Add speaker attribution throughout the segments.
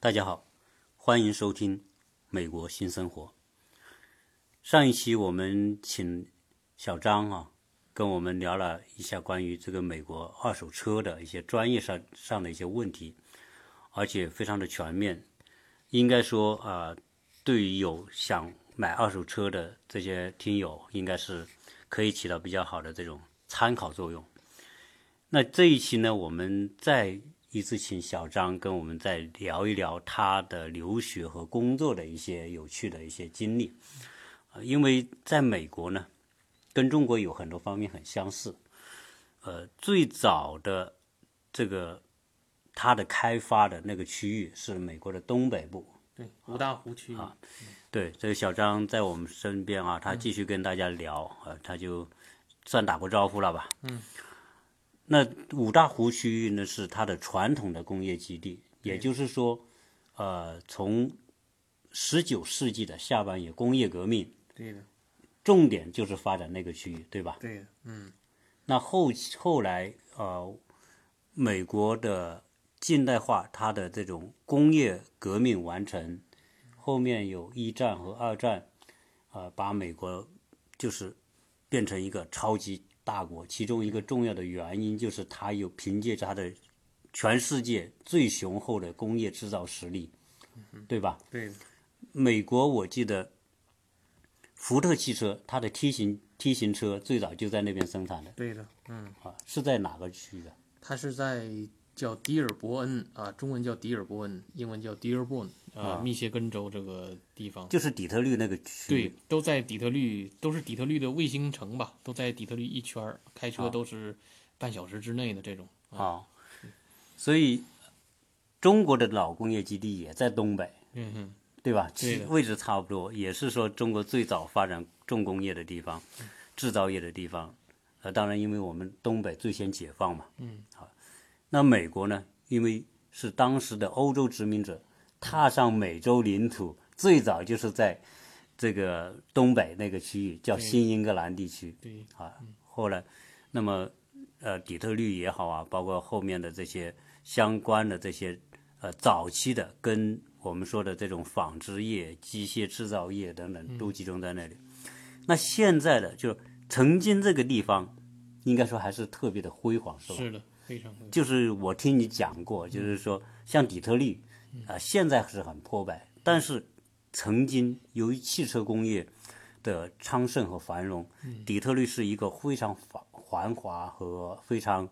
Speaker 1: 大家好，欢迎收听《美国新生活》。上一期我们请小张啊，跟我们聊了一下关于这个美国二手车的一些专业上上的一些问题，而且非常的全面。应该说啊、呃对于有想买二手车的这些听友，应该是可以起到比较好的这种参考作用。那这一期呢，我们再一次请小张跟我们再聊一聊他的留学和工作的一些有趣的一些经历，呃因为在美国呢，跟中国有很多方面很相似。呃，最早的这个它的开发的那个区域是美国的东北部，
Speaker 2: 对，五大湖区域，
Speaker 1: 对，这个小张在我们身边啊，他继续跟大家聊啊、呃他就算打过招呼了吧。嗯。那五大湖区域呢，是它的传统的工业基地，也就是说，呃，从十九世纪的下半叶工业革命，
Speaker 2: 对的，
Speaker 1: 重点就是发展那个区域，对吧？
Speaker 2: 对的，嗯，
Speaker 1: 那后期后来呃，美国的近代化，它的这种工业革命完成，后面有一战和二战，呃，把美国就是变成一个超级大国。其中一个重要的原因就是它有凭借着它的全世界最雄厚的工业制造实力，对吧？
Speaker 2: 对的，
Speaker 1: 美国我记得，福特汽车它的 T 型 T 型车最早就在那边生产的
Speaker 2: 对的，嗯，
Speaker 1: 啊，是在哪个区域啊？
Speaker 2: 它是在叫迪尔伯恩啊，中文叫迪尔伯恩，英文叫 Dearborn 啊，密歇根州这个地方，
Speaker 1: 就是底特律那个区
Speaker 2: 对
Speaker 1: 域。，
Speaker 2: 都在底特律，都是底特律的卫星城吧，都在底特律一圈儿，开车都是半小时之内的这种，
Speaker 1: 啊，所以中国的老工业基地也在东北，
Speaker 2: 嗯哼，
Speaker 1: 对吧？
Speaker 2: 对
Speaker 1: 其
Speaker 2: 的
Speaker 1: 位置差不多，也是说中国最早发展重工业的地方，制造业的地方。呃，当然，因为我们东北最先解放嘛，嗯，好。那美国呢？因为是当时的欧洲殖民者踏上美洲领土，最早就是在这个东北那个区域叫新英格兰地区，
Speaker 2: 对，
Speaker 1: 啊，后来，那么呃，底特律也好啊，包括后面的这些相关的这些呃早期的跟我们说的这种纺织业、机械制造业等等都集中在那里。那现在的就曾经这个地方，应该说还是特别的辉煌，是吧？
Speaker 2: 是的，非常会，
Speaker 1: 就是我听你讲过，就是说像底特律，啊、现在是很破败，但是曾经由于汽车工业的昌盛和繁荣，底特律是一个非常繁繁华和非常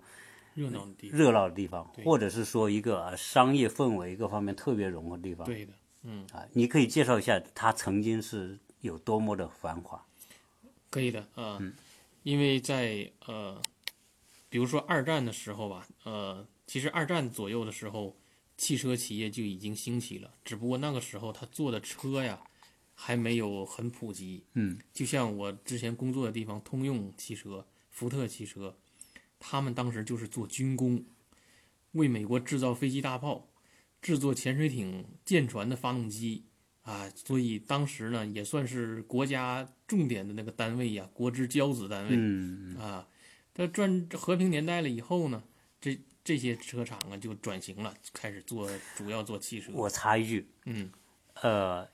Speaker 2: 热闹的地方，
Speaker 1: 热闹的地方，或者是说一个呃商业氛围各方面特别融合的地方。
Speaker 2: 对的，嗯。
Speaker 1: 啊，你可以介绍一下它曾经是有多么的繁华？
Speaker 2: 可以的啊、因为在呃，比如说二战的时候吧，呃，其实二战左右的时候，汽车企业就已经兴起了，只不过那个时候他做的车呀还没有很普及。
Speaker 1: 嗯，
Speaker 2: 就像我之前工作的地方，通用汽车、福特汽车，他们当时就是做军工，为美国制造飞机、大炮，制作潜水艇、舰船的发动机。啊，所以当时呢，也算是国家重点的那个单位呀、国之骄子单位、
Speaker 1: 嗯，
Speaker 2: 啊。但转和平年代了以后呢，这这些车厂啊就转型了，开始做主要做汽车。
Speaker 1: 我插一句，
Speaker 2: 嗯，
Speaker 1: 呃，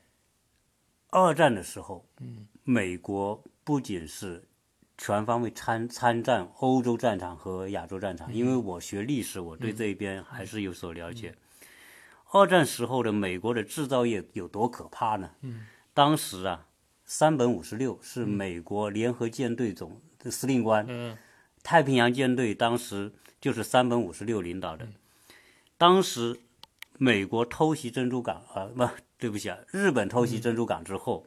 Speaker 1: 二战的时候，美国不仅是全方位参参战欧洲战场和亚洲战场，因为我学历史，我对这一边还是有所了解。二战时候的美国的制造业有多可怕呢？当时啊，三本五十六是美国联合舰队总司令官，
Speaker 2: 嗯、
Speaker 1: 太平洋舰队当时就是三本五十六领导的。当时美国偷袭珍珠港啊，不、对不起啊，日本偷袭珍珠港之后，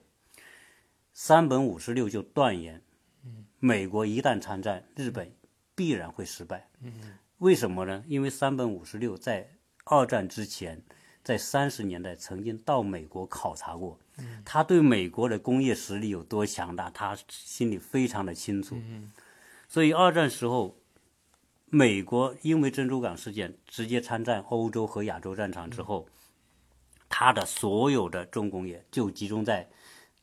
Speaker 1: 三本五十六就断言，美国一旦参战，日本必然会失败。为什么呢？因为三本五十六在二战之前，在三十年代曾经到美国考察过，他对美国的工业实力有多强大，他心里非常的清楚。所以二战时候，美国因为珍珠港事件直接参战欧洲和亚洲战场之后，它的所有的重工业就集中在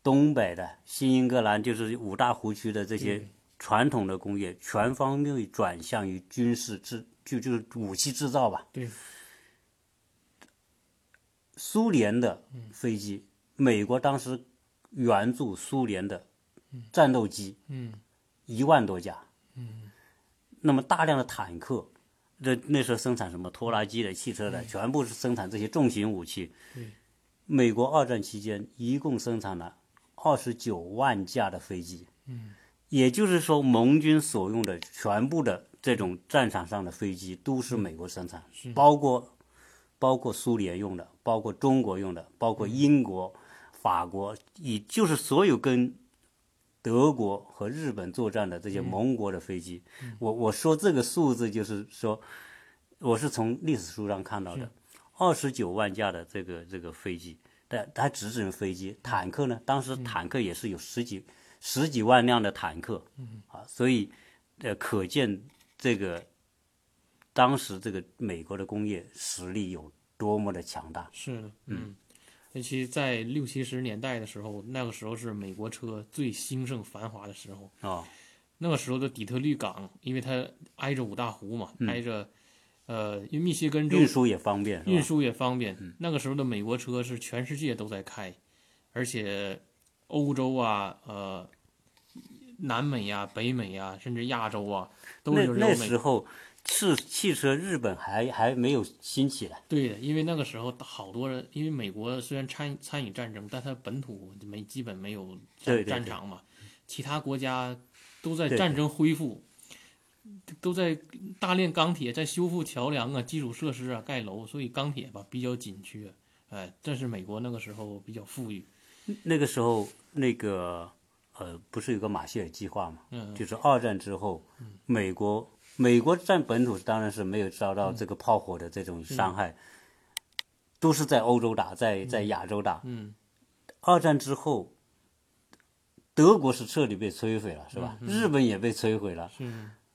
Speaker 1: 东北的新英格兰，就是五大湖区的这些传统的工业，全方位转向于军事制，就就是武器制造吧。
Speaker 2: 对，
Speaker 1: 苏联的
Speaker 2: 嗯
Speaker 1: 飞机，美国当时援助苏联的战斗机
Speaker 2: 嗯
Speaker 1: 一万多架，那么大量的坦克，那那时候生产什么拖拉机的、汽车的，全部是生产这些重型武器
Speaker 2: 嗯对。
Speaker 1: 美国二战期间一共生产了二十九万架的飞机，
Speaker 2: 嗯
Speaker 1: 也就是说，盟军所用的全部的这种战场上的飞机都
Speaker 2: 嗯
Speaker 1: 是美国生产，包括包括苏联用的，包括中国用的，包括英国、法国，以就是所有跟德国和日本作战的这些盟国的飞机。我我说这个数字就是说，我是从历史书上看到的，二十九万架的这个这个飞机，但它只指飞机，坦克呢？当时坦克也是有十几、十几万辆的坦克，啊，所以呃，可见这个当时这个美国的工业实力有多么的强大。
Speaker 2: 是的，嗯，尤其在六七十年代的时候，那个时候是美国车最兴盛繁华的时候。
Speaker 1: 哦，
Speaker 2: 那个时候的底特律港，因为它挨着五大湖嘛，挨着，呃，因为密歇根州
Speaker 1: 嗯运输也方便，是
Speaker 2: 运
Speaker 1: 吧？嗯
Speaker 2: 输也方便。那个时候的美国车是全世界都在开，而且欧洲啊，呃，南美呀、北美呀、甚至亚洲啊，都
Speaker 1: 那
Speaker 2: 是有
Speaker 1: 那
Speaker 2: 美
Speaker 1: 时候是汽车，日本还还没有兴起来。
Speaker 2: 对的，因为那个时候好多人，因为美国虽然参参与战争，但它本土没基本没有战
Speaker 1: 对对对
Speaker 2: 战场嘛，其他国家都在
Speaker 1: 对
Speaker 2: 战争恢复，都在大炼钢铁，在修复桥梁啊、基础设施啊、盖楼，所以钢铁吧比较紧缺。哎，这是美国那个时候比较富裕，
Speaker 1: 那个时候，那个呃，不是有个马歇尔计划嘛？
Speaker 2: 嗯
Speaker 1: 就是二战之后，美国美国占本土当然是没有遭
Speaker 2: 嗯
Speaker 1: 到这个炮火的这种伤害，都是在欧洲打，在在亚洲打。
Speaker 2: 嗯，
Speaker 1: 二战之后，德国是彻底被摧毁了，是吧？
Speaker 2: 嗯
Speaker 1: 日本也被摧毁了，
Speaker 2: 是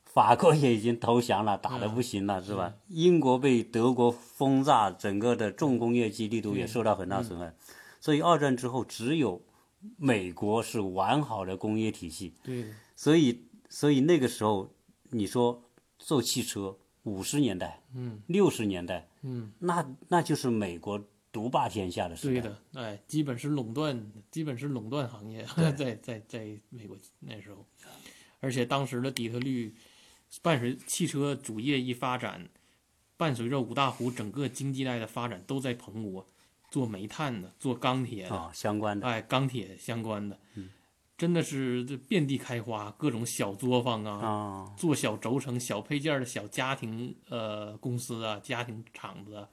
Speaker 1: 法国也已经投降了，打得不行
Speaker 2: 嗯
Speaker 1: 了，是吧？英国被德国轰炸，整个的重工业基地都也受到很大
Speaker 2: 嗯
Speaker 1: 损害，所以二战之后只有美国是完好的工业体系，
Speaker 2: 对的，
Speaker 1: 所以所以那个时候你说做汽车，五十年代，
Speaker 2: 嗯，
Speaker 1: 六十年代，
Speaker 2: 嗯，
Speaker 1: 那那就是美国独霸天下的时代，
Speaker 2: 对的，哎，基本是垄断，基本是垄断行业， 在在在美国那时候，而且当时的底特律，伴随汽车主业一发展，伴随着五大湖整个经济带的发展都在蓬勃，做煤炭的，做钢铁的，
Speaker 1: 啊、相关的，
Speaker 2: 哎，钢铁相关的，
Speaker 1: 嗯
Speaker 2: 真的是这遍地开花，各种小作坊啊，
Speaker 1: 啊，
Speaker 2: 做小轴承、小配件的小家庭呃公司啊、家庭厂子啊，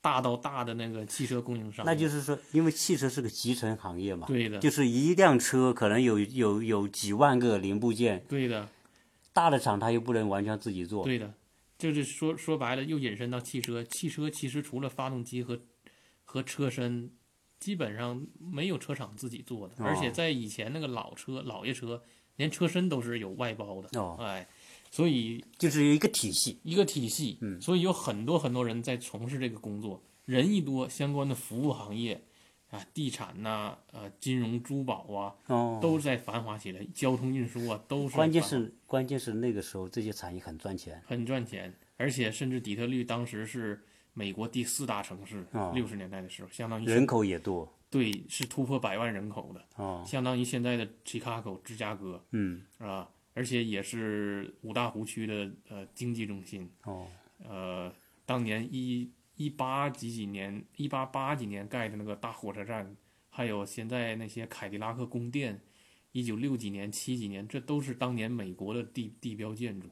Speaker 2: 大到大的那个汽车供应商，
Speaker 1: 那就是说，因为汽车是个集成行业嘛，
Speaker 2: 对的，
Speaker 1: 啊就是一辆车可能有有有几万个零部件，
Speaker 2: 对的，
Speaker 1: 大的厂它又不能完全自己做。
Speaker 2: 对的，就是说说白了，又引申到汽车。汽车其实除了发动机和和车身，基本上没有车厂自己做的，而且
Speaker 1: 哦
Speaker 2: 在以前那个老车、老爷车，连车身都是有外包的。
Speaker 1: 哦
Speaker 2: 哎，所以
Speaker 1: 就是有一个体系。
Speaker 2: 一个体系，
Speaker 1: 嗯
Speaker 2: 所以有很多很多人在从事这个工作，人一多，相关的服务行业啊，地产呐、呃，金融、珠宝啊，
Speaker 1: 哦，
Speaker 2: 都在繁华起来，交通运输啊，都是
Speaker 1: 关键
Speaker 2: 繁华
Speaker 1: 是关键是那个时候这些产业很赚钱。
Speaker 2: 很赚钱，而且甚至底特律当时是美国第四大城市，
Speaker 1: 哦
Speaker 2: 六十、年代的时候，相当于是
Speaker 1: 人口也多
Speaker 2: 对是突破百万人口的，
Speaker 1: 哦，
Speaker 2: 相当于现在的 Chicago 芝加哥
Speaker 1: 嗯，
Speaker 2: 啊，而且也是五大湖区的呃经济中心。
Speaker 1: 哦，
Speaker 2: 呃，当年一一八几几年，一八八几年盖的那个大火车站，还有现在那些凯迪拉克宫殿，一九六几年、七几年，这都是当年美国的地地标建筑，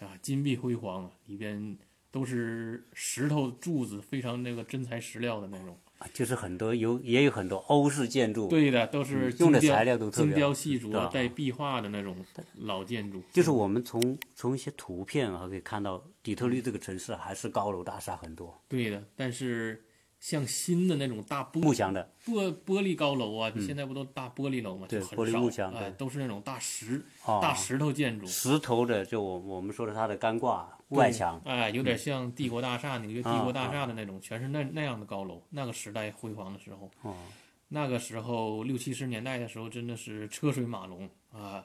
Speaker 2: 啊，金碧辉煌啊，里边都是石头柱子，非常那个真材实料的那种。
Speaker 1: 啊就是很多有也有很多欧式建筑，
Speaker 2: 对的，都是
Speaker 1: 嗯用的
Speaker 2: 精雕
Speaker 1: 材料都特别
Speaker 2: 精
Speaker 1: 好
Speaker 2: 雕细
Speaker 1: 对啊
Speaker 2: 琢、带壁画的那种老建筑。
Speaker 1: 就是我们从从一些图片啊可以看到，底特律这个城市还是高楼大厦很多，
Speaker 2: 对的，但是像新的那种大布
Speaker 1: 木墙的
Speaker 2: 玻玻璃高楼啊，现在不都大玻璃楼嘛，
Speaker 1: 嗯对
Speaker 2: 就很
Speaker 1: 玻璃
Speaker 2: 少
Speaker 1: 幕墙
Speaker 2: 哎
Speaker 1: 对
Speaker 2: 都是那种大石、
Speaker 1: 哦，
Speaker 2: 大石头建筑
Speaker 1: 石头的，就我我们说的它的干挂外墙，
Speaker 2: 哎，有点像帝国大厦、纽约帝
Speaker 1: 啊
Speaker 2: 国大厦的那种，全是那那样的高楼。那个时代辉煌的时候，
Speaker 1: 哦
Speaker 2: 那个时候六七十年代的时候，真的是车水马龙啊，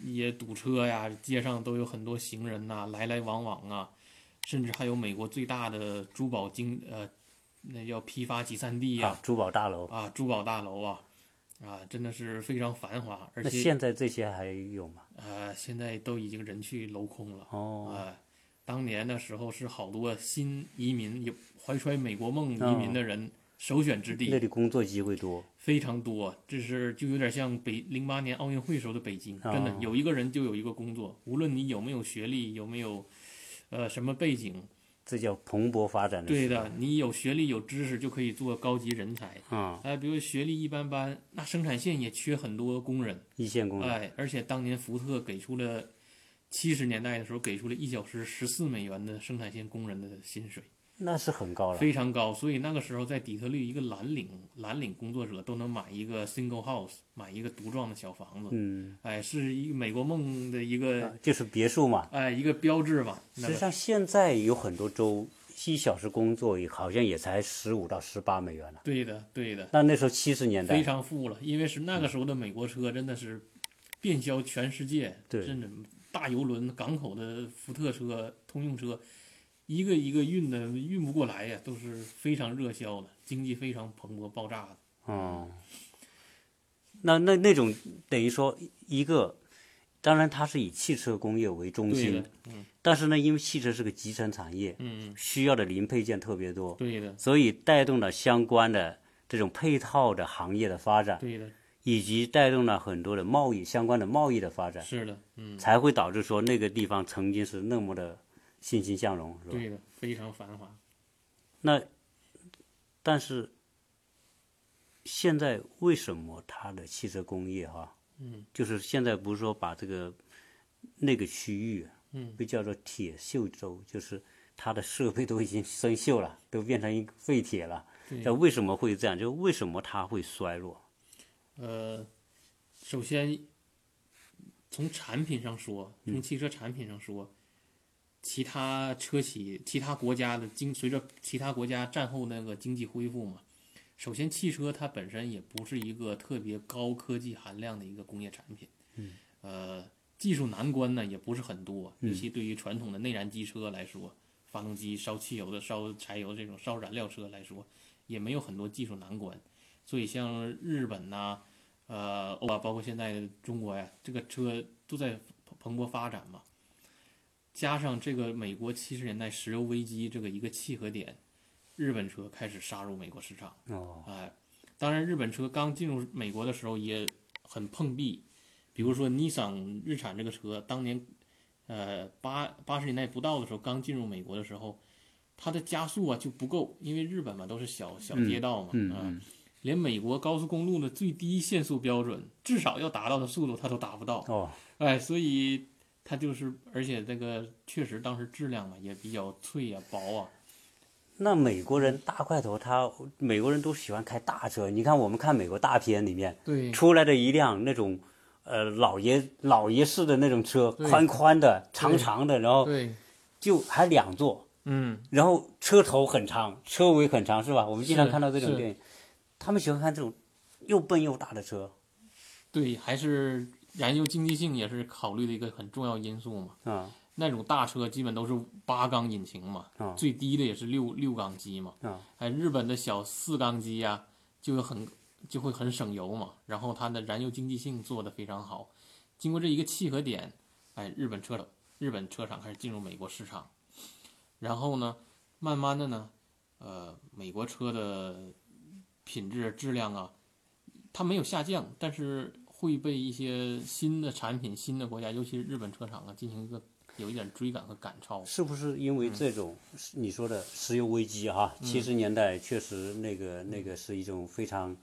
Speaker 2: 也堵车呀，街上都有很多行人呐、来来往往啊，甚至还有美国最大的珠宝经呃那叫批发集散地呀、
Speaker 1: 啊，珠宝大楼。
Speaker 2: 啊，珠宝大楼啊，啊，真的是非常繁华，而
Speaker 1: 那
Speaker 2: 且
Speaker 1: 现在这些还有吗？
Speaker 2: 啊，现在都已经人去楼空了。
Speaker 1: 哦，
Speaker 2: 啊，当年的时候是好多新移民有怀揣美国梦移民的人首选之
Speaker 1: 嗯那
Speaker 2: 地，
Speaker 1: 里工作机会多。
Speaker 2: 非常多。这是就有点像北零八年奥运会时候的北京，
Speaker 1: 哦
Speaker 2: 真的有一个人就有一个工作，无论你有没有学历，有没有呃什么背景，
Speaker 1: 这叫蓬勃发展的
Speaker 2: 对
Speaker 1: 时代
Speaker 2: 的，你有学历有知识就可以做高级人才。
Speaker 1: 啊、
Speaker 2: 哎，比如学历一般般，那生产线也缺很多工人。
Speaker 1: 一线工人、
Speaker 2: 哎，而且当年福特给出了七十年代的时候给出了一小时十四美元的生产线工人的薪水，
Speaker 1: 那是很高了。
Speaker 2: 非常高。所以那个时候在底特律，一个蓝领蓝领工作者都能买一个 single house，买一个独幢的小房子。
Speaker 1: 嗯、
Speaker 2: 哎，是一个美国梦的一
Speaker 1: 啊
Speaker 2: 个
Speaker 1: 就是别墅嘛。
Speaker 2: 哎一个标志吧。那
Speaker 1: 实际
Speaker 2: 个
Speaker 1: 上，现在有很多州一小时工作也好像也才十五到十八美元了。
Speaker 2: 对的，对的，
Speaker 1: 那那时候七十年
Speaker 2: 非
Speaker 1: 代，
Speaker 2: 常富了，因为是
Speaker 1: 嗯
Speaker 2: 那个时候的美国车真的是遍销全世界，
Speaker 1: 对
Speaker 2: 甚至大游轮、港口的福特车、通用车，一个一个运的运不过来呀，都是非常热销的，经济非常蓬勃爆炸的。
Speaker 1: 嗯，那那那种等于说一个，当然它是以汽车工业为中
Speaker 2: 对
Speaker 1: 心
Speaker 2: 的，，
Speaker 1: 但是呢，因为汽车是个集成产业，
Speaker 2: 嗯，
Speaker 1: 需要的零配件特别多，
Speaker 2: 对的，
Speaker 1: 所以带动了相关的这种配套的行业的发展，
Speaker 2: 对的，
Speaker 1: 以及带动了很多的贸易相关的贸易的发展，
Speaker 2: 是的，嗯，
Speaker 1: 才会导致说那个地方曾经是那么的欣欣向荣，是吧？
Speaker 2: 对的，非常繁华。
Speaker 1: 那但是现在为什么它的汽车工业哈、
Speaker 2: 嗯，
Speaker 1: 就是现在不是说把这个那个区域，啊
Speaker 2: 嗯，
Speaker 1: 被叫做铁锈州，就是它的设备都已经生锈了，都变成一个废铁了。
Speaker 2: 对
Speaker 1: 那为什么会这样？就为什么它会衰落？
Speaker 2: 呃，首先从产品上说，从汽车产品上说，其他车企、其他国家的经随着其他国家战后那个经济恢复嘛，首先汽车它本身也不是一个特别高科技含量的一个工业产品，嗯，呃，技术难关呢也不是很多，尤其对于传统的内燃机车来说，发动机烧汽油的、烧柴油的这种烧燃料车来说，也没有很多技术难关。所以像日本呐、呃，欧啊，包括现在中国呀，这个车都在蓬蓬勃发展嘛。加上这个美国七十年代石油危机这个一个契合点，日本车开始杀入美国市场。
Speaker 1: 哦，
Speaker 2: 哎，当然，日本车刚进入美国的时候也很碰壁，比如说尼桑日产这个车，当年呃八八十年代不到的时候，刚进入美国的时候，它的加速啊就不够，因为日本嘛都是小小街道嘛，
Speaker 1: 嗯
Speaker 2: 啊
Speaker 1: 嗯
Speaker 2: 连美国高速公路的最低限速标准，至少要达到的速度，它都达不到。
Speaker 1: 哦，
Speaker 2: 哎，所以它就是，而且这个确实当时质量嘛也比较脆呀、薄啊。
Speaker 1: 那美国人大块头他，美国人都喜欢开大车。你看我们看美国大片里面，
Speaker 2: 对
Speaker 1: 出来的一辆那种，呃，老爷老爷式的那种车，
Speaker 2: 对
Speaker 1: 宽宽的、长长的，然后
Speaker 2: 对，
Speaker 1: 就还两座，
Speaker 2: 嗯，
Speaker 1: 然后车头很长，车尾很长，是吧？我们经常
Speaker 2: 是
Speaker 1: 看到这种
Speaker 2: 是
Speaker 1: 电影，他们喜欢看这种又笨又大的车
Speaker 2: 对，还是燃油经济性也是考虑的一个很重要因素嘛。
Speaker 1: 啊
Speaker 2: 那种大车基本都是八缸引擎嘛，
Speaker 1: 啊
Speaker 2: 最低的也是六六缸机嘛。
Speaker 1: 啊
Speaker 2: 哎，日本的小四缸机呀、就有很就会很省油嘛，然后它的燃油经济性做得非常好。经过这一个契合点，哎，日本车日本车厂开始进入美国市场，然后呢，慢慢的呢，呃，美国车的品质质量啊，它没有下降，但是会被一些新的产品、新的国家，尤其是日本车厂啊，进行一个有一点追赶和赶超。
Speaker 1: 是不是因为这种你说的石油危机哈？
Speaker 2: 嗯
Speaker 1: 七十年代确实那个那个是一种非常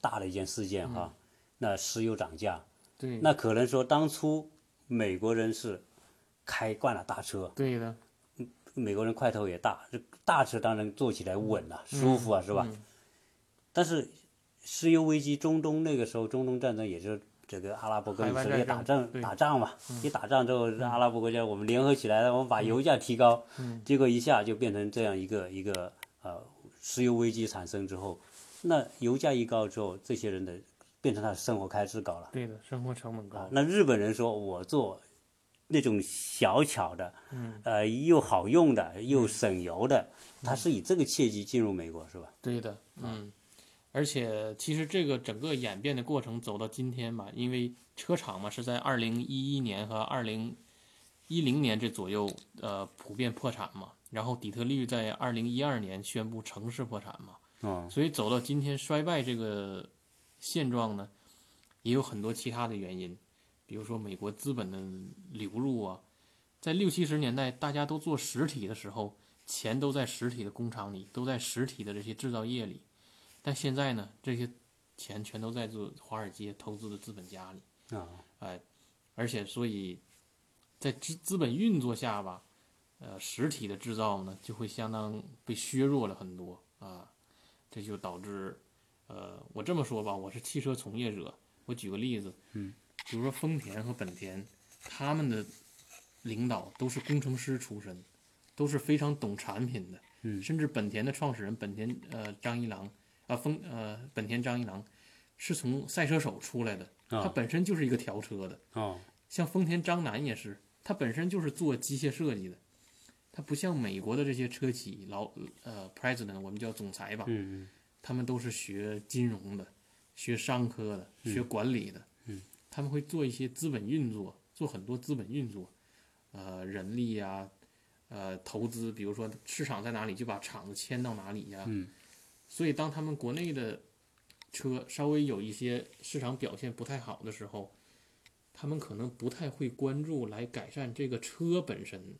Speaker 1: 大的一件事件
Speaker 2: 嗯
Speaker 1: 哈。那石油涨价，
Speaker 2: 对
Speaker 1: 那可能说当初美国人是开惯了大车，
Speaker 2: 对的，
Speaker 1: 美国人块头也大，这大车当然坐起来稳了、
Speaker 2: 嗯
Speaker 1: 舒服啊，是吧？但是石油危机，中东那个时候，中东战争也就是这个阿拉伯跟以色列打
Speaker 2: 海
Speaker 1: 仗
Speaker 2: 湾战争对嗯
Speaker 1: 打仗嘛，一打仗之后，阿拉伯国家我们联合起来了，我们把油价提高，
Speaker 2: 嗯
Speaker 1: 结果一下就变成这样一个一个呃石油危机产生之后，那油价一高之后，这些人的变成他的生活开支高了。
Speaker 2: 对的，生活成本
Speaker 1: 啊，那日本人说我做那种小巧的，
Speaker 2: 嗯
Speaker 1: 呃，又好用的，又省油的，它是以这个契机进入美国，是吧？
Speaker 2: 对的，嗯，而且其实这个整个演变的过程走到今天吧，因为车厂嘛是在二零一一年和二零一零年这左右，呃，普遍破产嘛，然后底特律在二零一二年宣布城市破产嘛，
Speaker 1: 嗯，
Speaker 2: 所以走到今天衰败这个现状呢，也有很多其他的原因，比如说美国资本的流入啊，在六七十年代大家都做实体的时候，钱都在实体的工厂里，都在实体的这些制造业里，但现在呢，这些钱全都在做华尔街投资的资本家里，
Speaker 1: 啊，
Speaker 2: 哎，而且所以在资资本运作下吧，呃，实体的制造呢就会相当被削弱了很多啊，这就导致，呃，我这么说吧，我是汽车从业者，我举个例子，嗯，比如说丰田和本田，他们的领导都是工程师出身，都是非常懂产品的，嗯，甚至本田的创始人本田呃张一郎啊、丰呃本田张一郎是从赛车手出来的，他本身就是一个调车的。
Speaker 1: 哦，
Speaker 2: 像丰田章男也是，他本身就是做机械设计的，他不像美国的这些车企老呃 president，我们叫总裁吧，
Speaker 1: 嗯
Speaker 2: 他们都是学金融的、学商科的、学管理的，
Speaker 1: 嗯
Speaker 2: 他们会做一些资本运作，做很多资本运作，呃，人力呀、呃，投资，比如说市场在哪里，就把厂子迁到哪里呀、
Speaker 1: 嗯
Speaker 2: 所以当他们国内的车稍微有一些市场表现不太好的时候，他们可能不太会关注来改善这个车本身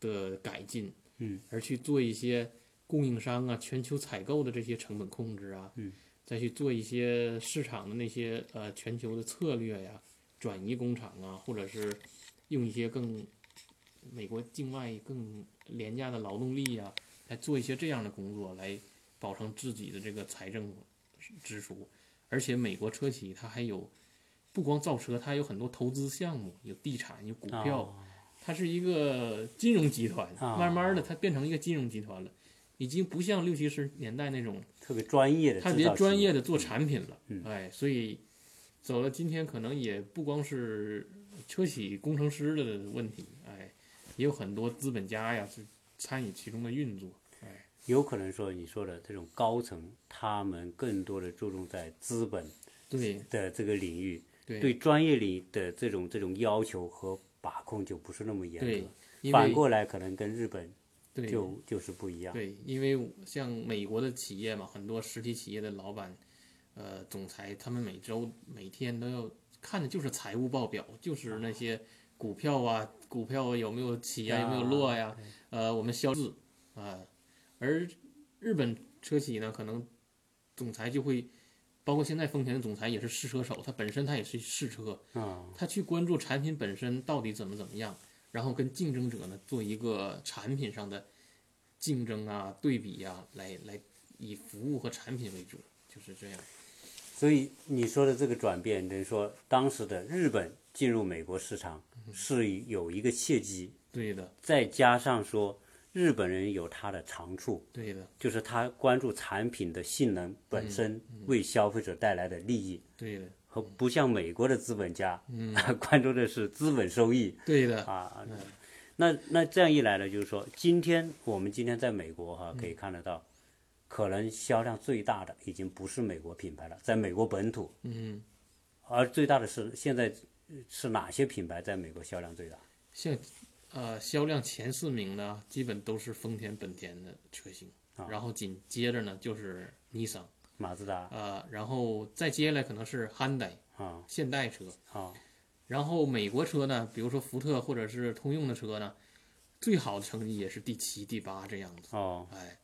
Speaker 2: 的改进，
Speaker 1: 嗯，
Speaker 2: 而去做一些供应商啊、全球采购的这些成本控制啊，
Speaker 1: 嗯，
Speaker 2: 再去做一些市场的那些呃全球的策略呀、转移工厂啊，或者是用一些更美国境外更廉价的劳动力呀、来做一些这样的工作，来保证自己的这个财政支出。而且美国车企它还有不光造车，它还有很多投资项目，有地产，有股
Speaker 1: 嗯，
Speaker 2: 票，
Speaker 1: 哦
Speaker 2: 它是一个金融集团，
Speaker 1: 啊
Speaker 2: 慢慢的它变成一个金融集团了，已经不像六七十年代那种
Speaker 1: 特别专业的制
Speaker 2: 它
Speaker 1: 造
Speaker 2: 特
Speaker 1: 企业，
Speaker 2: 别专业的做产品了，
Speaker 1: 嗯
Speaker 2: 哎，所以走了今天可能也不光是车企工程师的问题，哎，也有很多资本家呀是参与其中的运作，哎，
Speaker 1: 有可能说你说的这种高层，他们更多的注重在资本
Speaker 2: 对
Speaker 1: 的这个领域，
Speaker 2: 对
Speaker 1: 对专业领域的这种这种要求和把控就不是那么严
Speaker 2: 对
Speaker 1: 格。，
Speaker 2: 因
Speaker 1: 反
Speaker 2: 为
Speaker 1: 过来，可能跟日本
Speaker 2: 对
Speaker 1: 就就是不一样。
Speaker 2: 对，因为像美国的企业嘛，很多实体企业的老板，呃，总裁，他们每周每天都要看的就是财务报表，就是那些股票啊，股票有没有起呀、有没有落呀、呃，我们销字啊、而日本车企呢，可能总裁就会，包括现在丰田的总裁也是试车手，他本身他也是试车，
Speaker 1: 啊，
Speaker 2: 他去关注产品本身到底怎么怎么样，然后跟竞争者呢做一个产品上的竞争啊、对比呀、来来以服务和产品为主，就是这样。
Speaker 1: 所以你说的这个转变，等于说当时的日本进入美国市场是有一个契机，
Speaker 2: 对的，
Speaker 1: 再加上说日本人有他的长处，
Speaker 2: 对的，
Speaker 1: 就是他关注产品的性能本身为消费者带来的利益，
Speaker 2: 对的，
Speaker 1: 和不像美国的资本家， 关注的是资本收益
Speaker 2: 对的，
Speaker 1: 啊。那那这样一来呢，就是说，今天我们今天在美国哈、可以看得到，可能销量最大的已经不是美国品牌了，在美国本土，
Speaker 2: 嗯，
Speaker 1: 而最大的是现在呃是哪些品牌在美国销量最大？
Speaker 2: 像呃销量前四名呢，基本都是丰田、本田的车型，然后紧接着呢就是尼桑，
Speaker 1: 马自达
Speaker 2: 呃，然后再接下来可能是 Hyundai
Speaker 1: 啊
Speaker 2: 现代车，
Speaker 1: 啊
Speaker 2: 然后美国车呢，比如说福特或者是通用的车呢，最好的成绩也是第七、第八这样子。
Speaker 1: 哦
Speaker 2: 哎，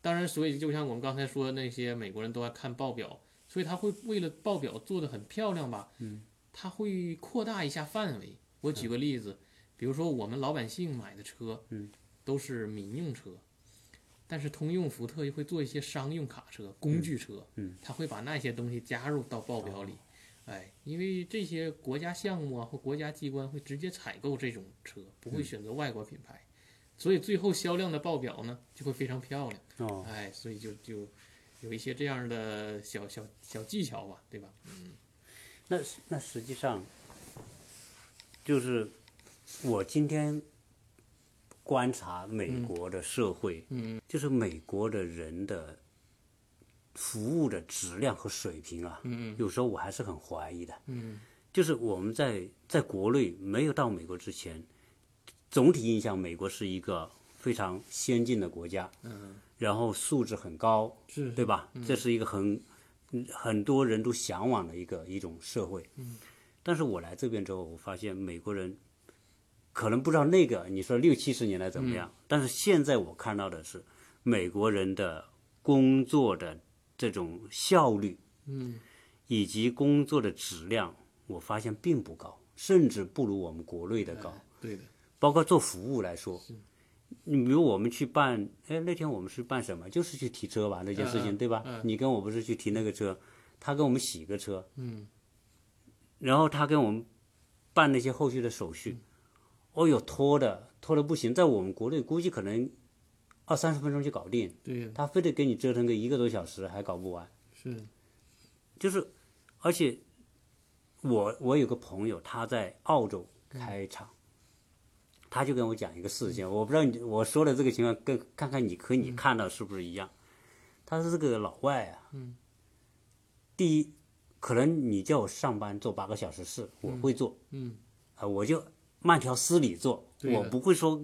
Speaker 2: 当然，所以就像我们刚才说，那些美国人都爱看报表，所以他会为了报表做得很漂亮吧？嗯，他会扩大一下范围。我举个例子，比如说我们老百姓买的车，嗯，都是民用车，但是通用、福特又会做一些商用卡车、工具车，嗯，他会把那些东西加入到报表里。哎，因为这些国家项目啊或国家机关会直接采购这种车，不会选择外国品牌，所以最后销量的报表呢就会非常漂亮。
Speaker 1: 哦，
Speaker 2: 哎，所以就就有一些这样的小小小技巧吧，对吧？
Speaker 1: 那那实际上就是我今天观察美国的社会，嗯，就是美国的人的服务的质量和水平啊，嗯，有时候我还是很怀疑的，
Speaker 2: 嗯，
Speaker 1: 就是我们在在国内没有到美国之前，总体印象美国是一个非常先进的国家，
Speaker 2: 嗯，
Speaker 1: 然后素质很高，
Speaker 2: 是嗯
Speaker 1: 对吧？这是一个很很多人都向往的一个一种社会。嗯，但是我来这边之后，我发现美国人可能不知道那个你说六七十年来怎么样，
Speaker 2: 嗯
Speaker 1: 但是现在我看到的是美国人的工作的这种效率，
Speaker 2: 嗯，
Speaker 1: 以及工作的质量，我发现并不高，甚至不如我们国内的高。
Speaker 2: 对的，
Speaker 1: 包括做服务来说，你比如我们去办，哎，那天我们是办什么？就是去提车吧，那件事情、
Speaker 2: 嗯嗯
Speaker 1: 对吧、
Speaker 2: 嗯
Speaker 1: 你跟我不是去提那个车，他给我们洗个车，
Speaker 2: 嗯，
Speaker 1: 然后他给我们办那些后续的手
Speaker 2: 嗯
Speaker 1: 续，哦哟，拖的拖的不行，在我们国内估计可能二三十分钟就搞定，
Speaker 2: 对的，
Speaker 1: 他非得给你折腾个一个多小时还搞不完。
Speaker 2: 是，
Speaker 1: 就是，而且我我有个朋友，他在澳洲
Speaker 2: 嗯
Speaker 1: 开厂，他就跟我讲一个事情，我不知道你我说的这个情况跟看看你和你
Speaker 2: 嗯
Speaker 1: 看到是不是一样。他是这个老外啊，嗯，第一，可能你叫我上班做八个小时事，我会做，
Speaker 2: 嗯，
Speaker 1: 啊、我就慢条斯理做，
Speaker 2: 对的
Speaker 1: 我不会说。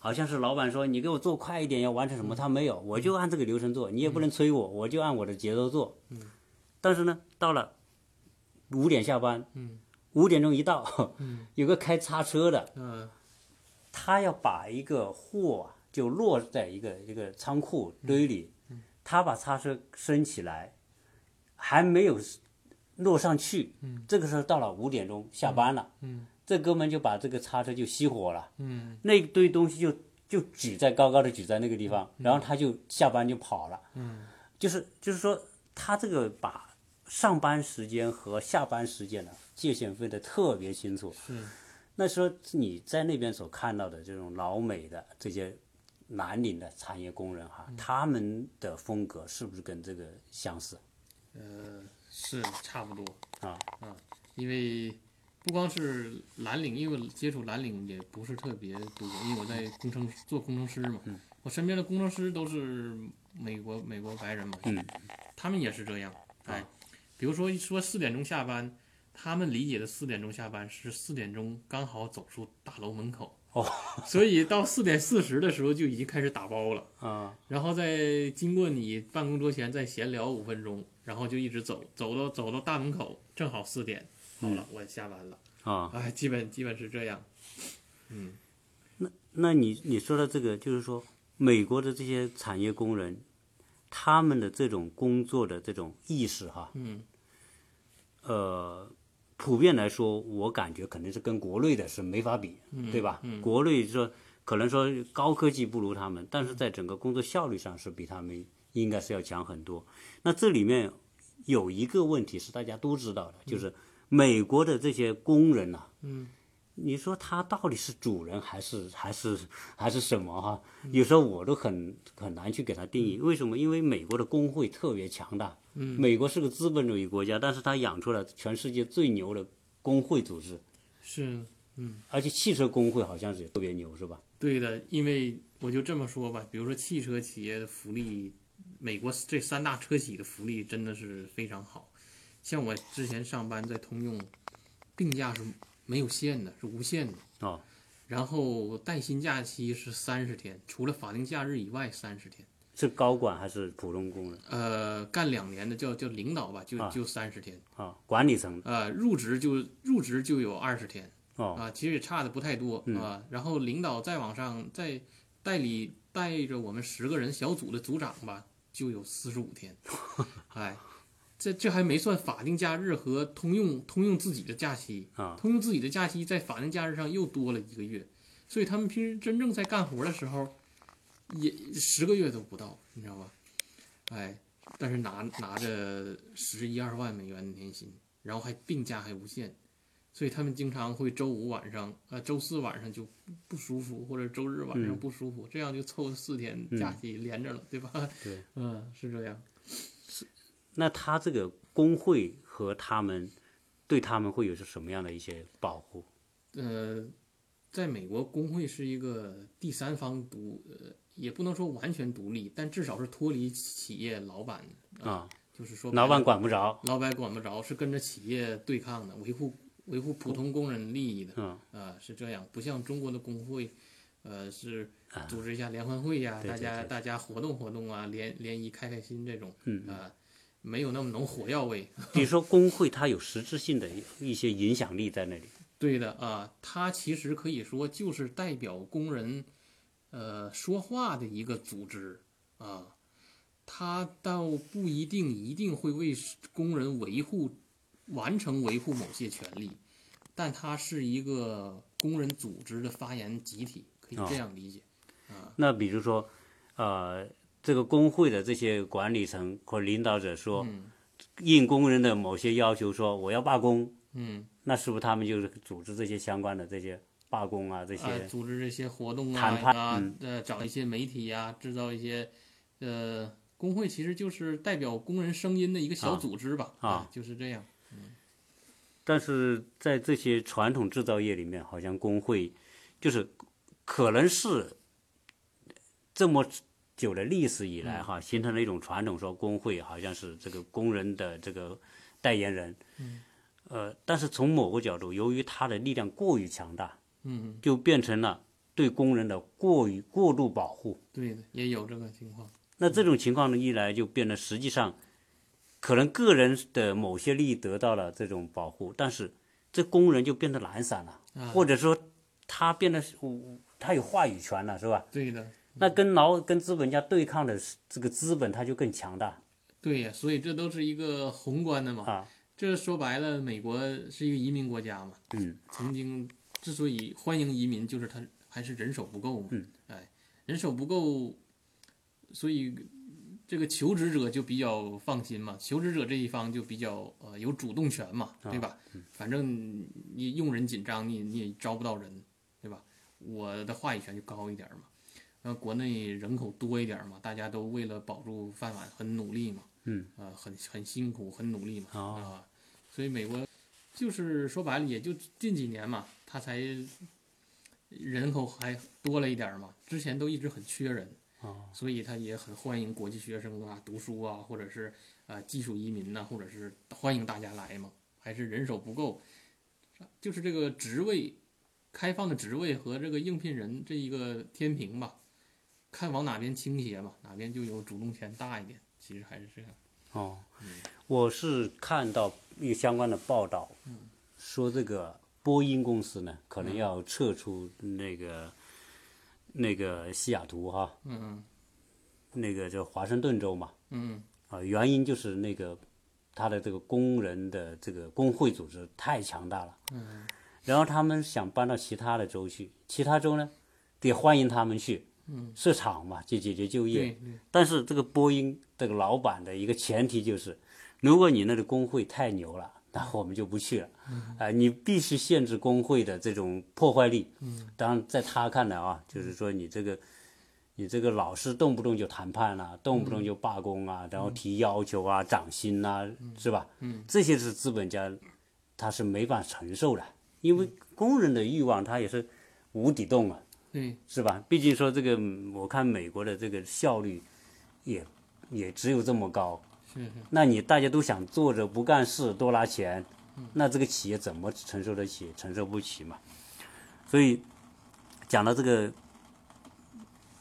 Speaker 1: 好像是老板说你给我做快一点，要完成什
Speaker 2: 嗯
Speaker 1: 么？他没有，我就按这个流程做，你也不能催我，我就按我的节奏做。
Speaker 2: 嗯
Speaker 1: 但是呢，到了五点下班，
Speaker 2: 嗯，
Speaker 1: 五点钟一到， 有个开叉车的，
Speaker 2: 嗯，
Speaker 1: 他要把一个货啊就落在一个一个仓库堆里，他把叉车升起来，还没有落上去，这个时候到了五点钟下班了，这哥们就把这个叉车就熄火了，
Speaker 2: 嗯，
Speaker 1: 那堆东西就就举在高高的举在那个地方，然后他就下班就跑了，嗯，就是就是说他这个把上班时间和下班时间呢界限分得特别清楚，
Speaker 2: 是，
Speaker 1: 那说你在那边所看到的这种老美的这些蓝领的产业工人哈，他们的风格是不是跟这个相似？
Speaker 2: 呃，是差不多
Speaker 1: 啊
Speaker 2: 啊，因为不光是蓝领，因为我接触蓝领也不是特别多，因为我在工程做工程师嘛，
Speaker 1: 嗯
Speaker 2: 我身边的工程师都是美国美国白人嘛，
Speaker 1: 嗯啊
Speaker 2: 他们也是这样，哎，比如说一说四点钟下班，他们理解的四点钟下班是四点钟刚好走出大楼门口，
Speaker 1: 哦，
Speaker 2: 所以到四点四十的时候就已经开始打包了。
Speaker 1: 啊
Speaker 2: 然后再经过你办公桌前再闲聊五分钟，然后就一直走，走到走到大门口，正好四点，好了，我下班了。
Speaker 1: 啊，
Speaker 2: 哎，基本基本是这样。
Speaker 1: 那你你说的这个就是说，美国的这些产业工人，他们的这种工作的这种意识哈，
Speaker 2: 嗯，
Speaker 1: 呃，普遍来说，我感觉肯定是跟国内的是没法比，对吧？国内说可能说高科技不如他们，但是在整个工作效率上是比他们应该是要强很多。那这里面有一个问题是大家都知道的，就是美国的这些工人呐、嗯。你说他到底是主人还是还是还是什么哈、有时候我都很很难去给他定义。为什么？因为美国的工会特别强大，美国是个资本主义国家，但是它养出了全世界最牛的工会组织，
Speaker 2: 是
Speaker 1: 而且汽车工会好像是也特别牛，是吧？
Speaker 2: 对的，因为我就这么说吧，比如说汽车企业的福利，美国这三大车企的福利真的是非常好。像我之前上班在通用，病假是没有限的，是无限的。
Speaker 1: 哦，
Speaker 2: 然后带薪假期是三十天，除了法定假日以外三十天。
Speaker 1: 是高管还是普通工人
Speaker 2: 呃，干两年的叫叫领导吧，就
Speaker 1: 啊
Speaker 2: 就三十天，
Speaker 1: 啊、管理层
Speaker 2: 呃，入职就入职就有二十天，啊、
Speaker 1: 哦，嗯
Speaker 2: 其实也差的不太多啊、然后领导再往上，再代理带着我们十个人小组的组长吧，就有四十五 天，哎，这这还没算法定假日和通用通用自己的假期
Speaker 1: 啊
Speaker 2: 通用自己的假期在法定假日上又多了一个月，所以他们平时真正在干活的时候，也十个月都不到，你知道吧？哎，但是拿拿着十一二万美元的年薪，然后还病假还无限，所以他们经常会周五晚上，呃，周四晚上就不舒服，或者周日晚
Speaker 1: 嗯
Speaker 2: 上不舒服，这样就凑四天假期连着了，对吧？
Speaker 1: 对，
Speaker 2: 嗯，是这样。
Speaker 1: 那他这个工会和他们对他们会有是什么样的一些保护？
Speaker 2: 呃，在美国，工会是一个第三方独，呃，也不能说完全独立，但至少是脱离企业老板，
Speaker 1: 啊，
Speaker 2: 就是说
Speaker 1: 老
Speaker 2: 白
Speaker 1: 板
Speaker 2: 了
Speaker 1: 管不着，
Speaker 2: 老板管不着，是跟着企业对抗的，维护维护普通工人利益的，
Speaker 1: 嗯，
Speaker 2: 呃，是这样，不像中国的工会，呃，是组织一下联欢会呀、
Speaker 1: 啊对
Speaker 2: 大
Speaker 1: 对
Speaker 2: 家
Speaker 1: 对
Speaker 2: 大家活动活动啊，联联谊开开心这种，
Speaker 1: 嗯
Speaker 2: 呃，没有那么浓火药味，
Speaker 1: 比如说工会，它有实质性的一些影响力在那里。
Speaker 2: 对的啊，它其实可以说就是代表工人，呃，说话的一个组织啊。它倒不一定一定会为工人维护、完成维护某些权利，但它是一个工人组织的发言集体，可以这样理解。
Speaker 1: 那比如说，呃，这个工会的这些管理层或领导者说，
Speaker 2: 嗯
Speaker 1: 应工人的某些要求说我要罢工，
Speaker 2: 嗯，
Speaker 1: 那是不是他们就是组织这些相关的这些罢工啊这些？
Speaker 2: 哎，组织这些活动啊，
Speaker 1: 谈判
Speaker 2: 啊
Speaker 1: 嗯，
Speaker 2: 呃，找一些媒体呀、制造一些，呃，工会其实就是代表工人声音的一个小
Speaker 1: 啊
Speaker 2: 组织吧，
Speaker 1: 啊
Speaker 2: 哎就是这样。
Speaker 1: 但是在这些传统制造业里面，好像工会就是可能是这么久的历史以来哈，形成了一种传统，说工会好像是这个工人的这个代言人。嗯。呃，但是从某个角度，由于它的力量过于强大，
Speaker 2: 嗯。
Speaker 1: 就变成了对工人的过于过度保护。
Speaker 2: 对的，也有这个情况。
Speaker 1: 那这种情况呢，一来就变得实际上，可能个人的某些利益得到了这种保护，但是这工人就变得懒散了，
Speaker 2: 啊
Speaker 1: 或者说他变得是他有话语权了，是吧？
Speaker 2: 对的，
Speaker 1: 那跟劳跟资本家对抗的是这个资本，他就更强大
Speaker 2: 对呀，所以这都是一个宏观的嘛。
Speaker 1: 啊。
Speaker 2: 这说白了，美国是一个移民国家嘛，
Speaker 1: 嗯，
Speaker 2: 曾经之所以欢迎移民，就是它还是人手不够嘛。
Speaker 1: 嗯，
Speaker 2: 哎，人手不够，所以这个求职者就比较放心嘛，求职者这一方就比较呃有主动权嘛，
Speaker 1: 啊
Speaker 2: 对吧？
Speaker 1: 嗯
Speaker 2: 反正你用人紧张，你你也招不到人，对吧？我的话语权就高一点嘛。然后国内人口多一点嘛，大家都为了保住饭碗很努力嘛，
Speaker 1: 嗯，
Speaker 2: 呃，很很辛苦，很努力嘛，啊、
Speaker 1: 哦
Speaker 2: 所以美国就是说白了，也就近几年嘛，它才人口还多了一点儿嘛，之前都一直很缺人，
Speaker 1: 哦
Speaker 2: 所以它也很欢迎国际学生啊、读书啊，或者是呃技术移民呐、或者是欢迎大家来嘛，还是人手不够，就是这个职位开放的职位和这个应聘人这一个天平吧，看往哪边倾斜嘛，哪边就有主动权大一点，其实还是这样。
Speaker 1: 哦，我是看到一个相关的报道，
Speaker 2: 嗯
Speaker 1: 说这个波音公司呢，可能要撤出那个、那个西雅图哈，
Speaker 2: 嗯
Speaker 1: 那个就华盛顿州嘛，
Speaker 2: 嗯
Speaker 1: 啊、原因就是那个他的这个工人的这个工会组织太强大了，
Speaker 2: 嗯
Speaker 1: 然后他们想搬到其他的州去，其他州呢得欢迎他们去，
Speaker 2: 嗯，
Speaker 1: 市场嘛，就解决就
Speaker 2: 嗯，
Speaker 1: 业，
Speaker 2: 对对，
Speaker 1: 但是这个波音这个老板的一个前提就是，如果你那个工会太牛了，那我们就不去了。啊、你必须限制工会的这种破坏力。嗯，当然，在他看来啊，就是说你这个，你这个老是动不动就谈判啊，动不动就罢工啊，然后提要求啊、涨薪啊，是吧？嗯，这些是资本家他是没法承受的，因为工人的欲望他也是无底洞啊。
Speaker 2: 对
Speaker 1: 是吧？毕竟说这个，嗯我看美国的这个效率也也只有这么高。
Speaker 2: 是是，
Speaker 1: 那你大家都想坐着不干事，多拿钱，
Speaker 2: 嗯
Speaker 1: 那这个企业怎么承受得起？承受不起嘛。所以讲到这个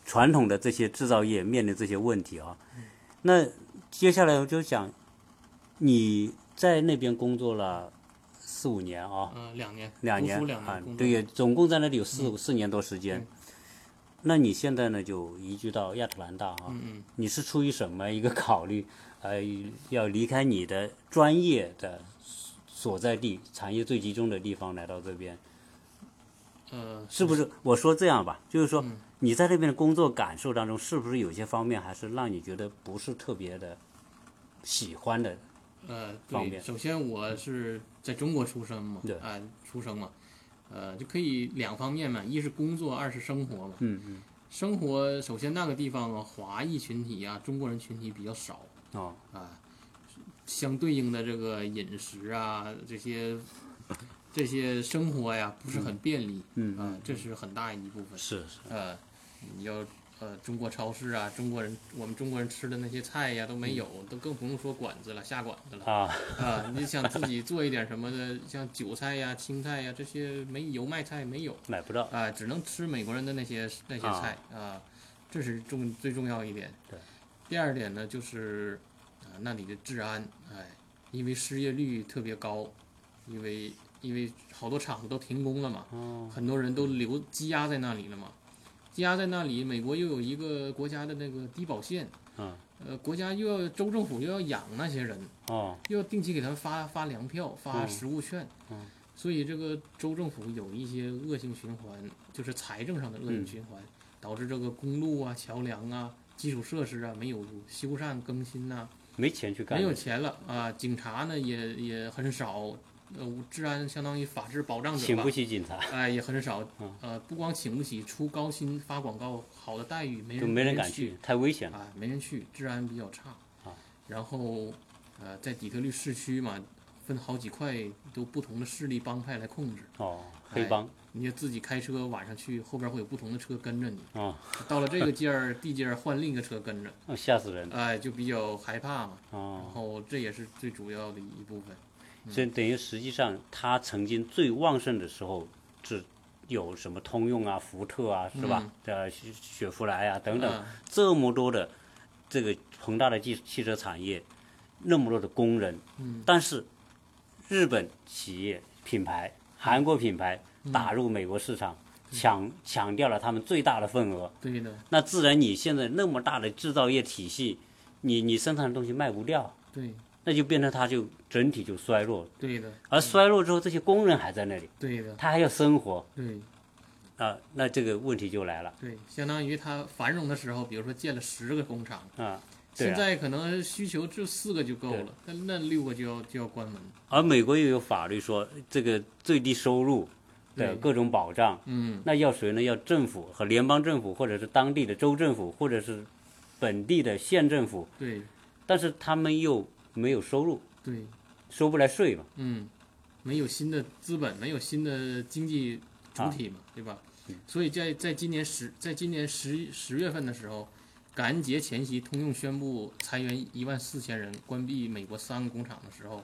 Speaker 1: 传统的这些制造业面临这些问题啊，
Speaker 2: 嗯
Speaker 1: 那接下来我就想你在那边工作了四五年啊，
Speaker 2: 嗯、两年，
Speaker 1: 两
Speaker 2: 读
Speaker 1: 年
Speaker 2: 书两
Speaker 1: 啊
Speaker 2: 年，工，作
Speaker 1: 对，总共在那里有四四年多时间
Speaker 2: 嗯。
Speaker 1: 那你现在呢就移居到亚特兰大啊？
Speaker 2: 嗯
Speaker 1: 你是出于什么一个考虑，呃，要离开你的专业的所在地、产业最集中的地方来到这边？
Speaker 2: 嗯，呃，
Speaker 1: 是不是？我说这样吧，就是说
Speaker 2: 嗯
Speaker 1: 你在那边的工作感受当中，是不是有些方面还是让你觉得不是特别的喜欢的？
Speaker 2: 呃，
Speaker 1: 方
Speaker 2: 对，
Speaker 1: 便
Speaker 2: 首先我是在中国出生嘛，
Speaker 1: 对
Speaker 2: 啊、出生嘛，呃，就可以两方面嘛，一是工作，二是生活嘛。
Speaker 1: 嗯嗯。
Speaker 2: 生活首先那个地方啊，华裔群体啊，中国人群体比较少，
Speaker 1: 哦，
Speaker 2: 啊，相对应的这个饮食啊，这些这些生活呀不是很便利，
Speaker 1: 嗯
Speaker 2: 啊，这是很大一部分。
Speaker 1: 是是，
Speaker 2: 呃，你要呃中国超市啊，中国人我们中国人吃的那些菜呀都没有，都更不用说馆子了，下馆子了
Speaker 1: 啊，
Speaker 2: 啊！你想自己做一点什么的，像韭菜呀、青菜呀这些没油麦菜没有
Speaker 1: 买不到。
Speaker 2: 啊，只能吃美国人的那些那些
Speaker 1: 啊
Speaker 2: 菜啊，这是重最重要一点。
Speaker 1: 对，
Speaker 2: 第二点呢就是啊那里的治安，哎，因为失业率特别高，因为因为好多厂子都停工了嘛，
Speaker 1: 哦，
Speaker 2: 很多人都留积压在那里了嘛，积压在那里，美国又有一个国家的那个低保线，
Speaker 1: 嗯，
Speaker 2: 呃，国家又要州政府又要养那些人，
Speaker 1: 哦，
Speaker 2: 又要定期给他们发发粮票、发
Speaker 1: 嗯
Speaker 2: 食物券，
Speaker 1: 嗯
Speaker 2: 所以这个州政府有一些恶性循环，就是财政上的恶性循环，
Speaker 1: 嗯
Speaker 2: 导致这个公路啊、桥梁啊、基础设施啊没有修缮更新呐、
Speaker 1: 没钱去干。
Speaker 2: 没有钱了啊，警察呢也也很少，呃，治安相当于法治保障者
Speaker 1: 请
Speaker 2: 吧
Speaker 1: 不。起警察，
Speaker 2: 哎，也很少
Speaker 1: 嗯。
Speaker 2: 呃，不光请不起，出高薪发广告，好的待遇没人
Speaker 1: 就没人
Speaker 2: 人
Speaker 1: 敢去，太危险了。
Speaker 2: 啊，没人去，治安比较差
Speaker 1: 啊。
Speaker 2: 然后，呃，在底特律市区嘛，分好几块都不同的势力帮派来控制。
Speaker 1: 哦，黑帮。
Speaker 2: 你就自己开车晚上去，后边会有不同的车跟着你。
Speaker 1: 哦，
Speaker 2: 到了这个界儿地界儿换另一个车跟着，
Speaker 1: 哦吓死人了！
Speaker 2: 哎，就比较害怕嘛。然
Speaker 1: 哦，
Speaker 2: 后这也是最主要的一部分。
Speaker 1: 所以等于实际上他曾经最旺盛的时候是有什么通用啊、福特啊，是吧？呃，雪雪佛兰啊等等，
Speaker 2: 啊
Speaker 1: 这么多的这个庞大的汽汽车产业，那么多的工人，
Speaker 2: 嗯
Speaker 1: 但是日本企业品牌、韩国品牌打入美国市场，抢抢掉了他们最大的份额。
Speaker 2: 对的，
Speaker 1: 那自然你现在那么大的制造业体系，你你生产的东西卖不掉，
Speaker 2: 对，
Speaker 1: 那就变成它就整体就衰落，
Speaker 2: 对的，
Speaker 1: 而衰落之后，这些工人还在那里，
Speaker 2: 对的，
Speaker 1: 他还要生活
Speaker 2: 对。
Speaker 1: 啊、那这个问题就来了
Speaker 2: 对，相当于它繁荣的时候，比如说建了十个工厂，
Speaker 1: 啊、对
Speaker 2: 现
Speaker 1: 啊。
Speaker 2: 在可能需求就四个就够了，那那六个就要就要关门。
Speaker 1: 而美国又有法律说这个最低收入的
Speaker 2: 对
Speaker 1: 各种保障，
Speaker 2: 嗯，
Speaker 1: 那要谁呢？要政府和联邦政府，或者是当地的州政府，或者是本地的县政府，
Speaker 2: 对
Speaker 1: 但是他们又没有收入，
Speaker 2: 对，
Speaker 1: 收不来税嘛。
Speaker 2: 嗯，没有新的资本，没有新的经济主体
Speaker 1: 啊
Speaker 2: 嘛，对吧？
Speaker 1: 嗯
Speaker 2: 所以在在今年十在今年十十月份的时候，感恩节前夕，通用宣布裁员一万四千人，关闭美国三个工厂的时候，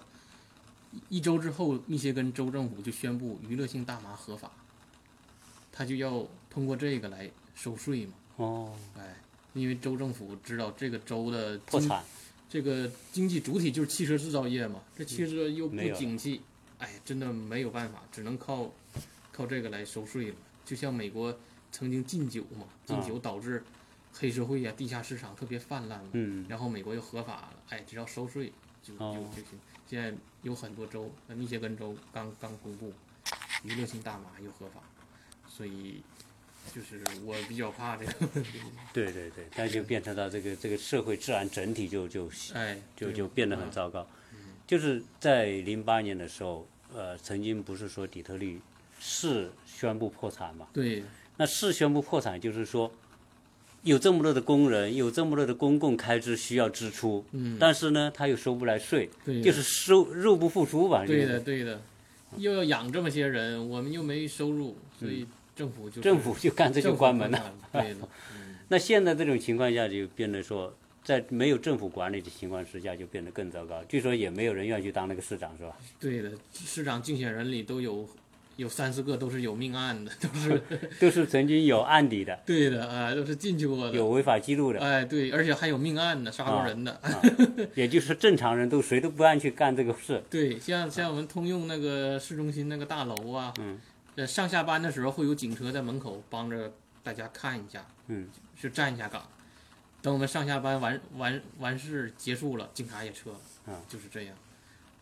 Speaker 2: 一一周之后，密歇根州政府就宣布娱乐性大麻合法，他就要通过这个来收税嘛，
Speaker 1: 哦，
Speaker 2: 哎，因为州政府知道这个州的
Speaker 1: 破
Speaker 2: 经
Speaker 1: 产，
Speaker 2: 这个经济主体就是汽车制造业嘛，这汽车制造业又不
Speaker 1: 没有了
Speaker 2: 景气，哎，真的没有办法，只能靠靠这个来收税了。就像美国曾经禁酒嘛，禁
Speaker 1: 啊
Speaker 2: 酒导致黑社会呀、啊地下市场特别泛滥嘛，
Speaker 1: 嗯，
Speaker 2: 然后美国又合法了，哎，只要收税就就
Speaker 1: 哦
Speaker 2: 就行。现在有很多州，呃密歇根州刚刚公布娱乐性大麻又合法，所以就是我比较怕这个问题，
Speaker 1: 对对对，那就变成到这个这个社会治安整体就就
Speaker 2: 哎，
Speaker 1: 就
Speaker 2: 对
Speaker 1: 就变得很
Speaker 2: 嗯
Speaker 1: 糟糕。就是在零八年的时候，呃，曾经不是说底特律市宣布破产嘛？
Speaker 2: 对
Speaker 1: 那市宣布破产，就是说有这么多的工人，有这么多的公共开支需要支出，
Speaker 2: 嗯
Speaker 1: 但是呢，他又收不来税，
Speaker 2: 对
Speaker 1: 就是收入不敷出吧？
Speaker 2: 对
Speaker 1: 就是，
Speaker 2: 的，对的，又要养这么些人，我们又没收入，所以政府就 是
Speaker 1: 嗯政府就干脆
Speaker 2: 政
Speaker 1: 就
Speaker 2: 府
Speaker 1: 关门了。
Speaker 2: 了。对的，
Speaker 1: 那现在这种情况下，就变得说，在没有政府管理的情况之下，就变得更糟糕。据说也没有人愿意去当那个市长，是吧？
Speaker 2: 对的，市长竞选人里都有有三四个都是有命案的，都是
Speaker 1: 都是曾经有案底的，
Speaker 2: 对的啊、都是进去过的。
Speaker 1: 有违法记录的，
Speaker 2: 哎，对，而且还有命案的，杀过
Speaker 1: 啊
Speaker 2: 人的。
Speaker 1: 也就是说正常人都谁都不愿意去干这个事。
Speaker 2: 对，
Speaker 1: 啊
Speaker 2: 像像我们通用那个市中心那个大楼啊，嗯，呃，上下班的时候会有警车在门口帮着大家看一下，
Speaker 1: 嗯，
Speaker 2: 就站一下岗。等我们上下班完完完事结束了，警察也撤了，
Speaker 1: 啊，
Speaker 2: 就是这样，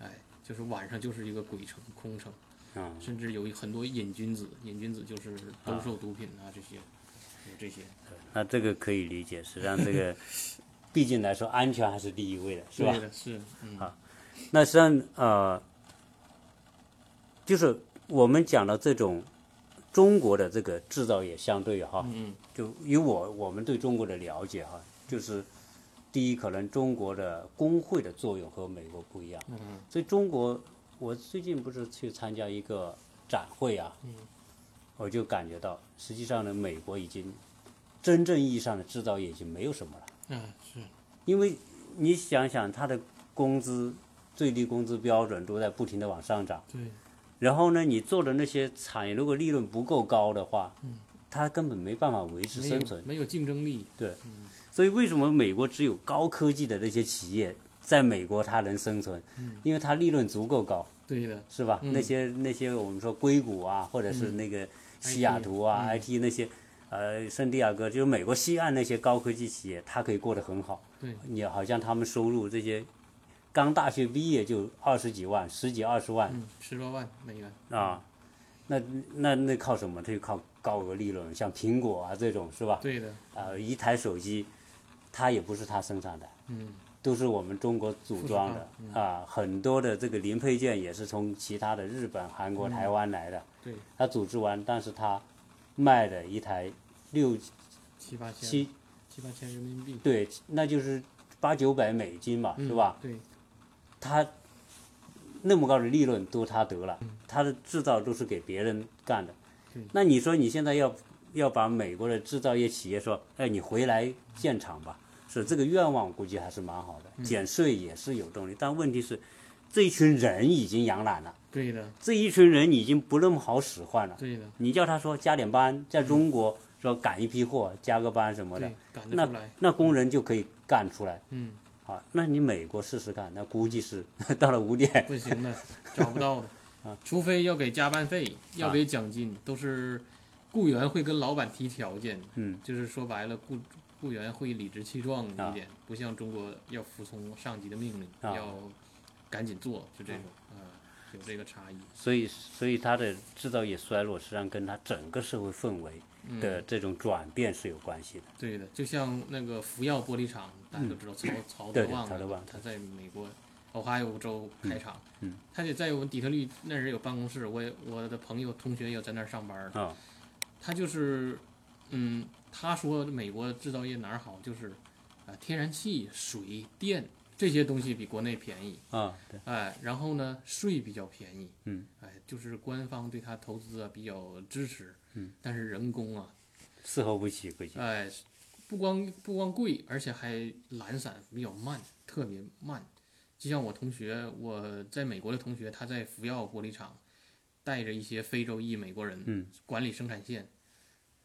Speaker 2: 哎，就是晚上就是一个鬼城空城，
Speaker 1: 啊、
Speaker 2: 甚至有很多瘾君子，瘾君子就是兜售毒品啊这些，有这些，
Speaker 1: 那这个可以理解。实际上，这个毕竟来说，安全还是第一位的，是吧啊
Speaker 2: 对？的，是，嗯，
Speaker 1: 那实际上，呃，就是我们讲到这种中国的这个制造业，相对哈，
Speaker 2: 嗯
Speaker 1: 就以我我们对中国的了解哈，就是第一，可能中国的工会的作用和美国不一样，
Speaker 2: 嗯嗯
Speaker 1: 所以中国我最近不是去参加一个展会啊，
Speaker 2: 嗯
Speaker 1: 我就感觉到，实际上呢，美国已经真正意义上的制造业已经没有什么了，
Speaker 2: 嗯，是，
Speaker 1: 因为你想想，它的工资最低工资标准都在不停的往上涨，
Speaker 2: 对，
Speaker 1: 然后呢，你做的那些产业如果利润不够高的话，它根本没办法维持
Speaker 2: 没
Speaker 1: 生
Speaker 2: 有
Speaker 1: 存。
Speaker 2: 没有竞争力，
Speaker 1: 所以为什么美国只有高科技的那些企业在美国它能生存？因为它利润足够高，
Speaker 2: 对的，
Speaker 1: 是吧？
Speaker 2: 嗯
Speaker 1: 那些那些我们说硅谷啊，或者是那个西雅图啊、IT 那些，呃，圣地亚哥，就是美国西岸那些高科技企业，它可以过得很好。
Speaker 2: 对，
Speaker 1: 你好像他们收入这些，刚大学毕业就二十几万、十几二十万
Speaker 2: 嗯，十多万美元，
Speaker 1: 啊，那那那靠什么？它就靠高额利润，像苹果啊这种是吧？
Speaker 2: 对的，
Speaker 1: 啊，一台手机，它也不是它生产的，
Speaker 2: 嗯，
Speaker 1: 都是我们中国组装的、啊，很多的这个零配件也是从其他的日本、韩国、台湾来的。
Speaker 2: 对，
Speaker 1: 它组织完，但是它卖的一台六
Speaker 2: 七八千，
Speaker 1: 七，
Speaker 2: 七八千人民币，
Speaker 1: 对，那就是八九百美金嘛，
Speaker 2: 嗯
Speaker 1: 是吧？？
Speaker 2: 对，
Speaker 1: 它那么高的利润都他得了，它的制造都是给别人干的
Speaker 2: 嗯对。
Speaker 1: 那你说你现在要要把美国的制造业企业说，哎，你回来建厂吧，是这个愿望估计还是蛮好
Speaker 2: 嗯
Speaker 1: 的，减税也是有动力，但问题是，这一群人已经养懒了，
Speaker 2: 对的，
Speaker 1: 这一群人已经不那么好使唤了。
Speaker 2: 对的，
Speaker 1: 你叫他说加点班，在中国说赶一批货，加个班什么的
Speaker 2: 嗯对，，赶得出来，
Speaker 1: 那工人就可以干出来。
Speaker 2: 嗯，
Speaker 1: 啊，那你美国试试看，那估计是 到了五点，
Speaker 2: 不行的，找 不到的，
Speaker 1: 啊
Speaker 2: 除非要给加班费，要给奖金，都是雇员会跟老板提条件，
Speaker 1: 嗯，
Speaker 2: 就是说白了，雇雇员会理直气壮
Speaker 1: 啊
Speaker 2: 一点，不像中国要服从上级的命令，
Speaker 1: 啊
Speaker 2: 要赶紧做，就这种，啊，有这个差异，
Speaker 1: 所以，所以它的制造业衰落，实际上跟它整个社会氛围
Speaker 2: 嗯
Speaker 1: 的这种转变是有关系的。
Speaker 2: 对的，就像那个福耀玻璃厂，大家都知道曹曹德
Speaker 1: 嗯对对嗯
Speaker 2: 旺
Speaker 1: 曹德
Speaker 2: 那个
Speaker 1: 旺
Speaker 2: 他在美国俄亥俄州开厂，他也在我们底特律那儿有办公室，我也我的朋友同学也在那儿上班儿
Speaker 1: 啊
Speaker 2: 他就是，嗯，他说美国制造业哪儿好，就是啊、天然气、水电这些东西比国内便宜，
Speaker 1: 啊，对，
Speaker 2: 哎，然后呢，税比较便宜，
Speaker 1: 嗯，
Speaker 2: 哎，就是官方对他投资啊比较支持，嗯，但是人工啊，
Speaker 1: 伺候不起，估计。
Speaker 2: 哎，不光不光贵，而且还懒散，比较慢，特别慢。就像我同学，我在美国的同学，他在福耀玻璃厂带着一些非洲裔美国人，
Speaker 1: 嗯，
Speaker 2: 管理生产线，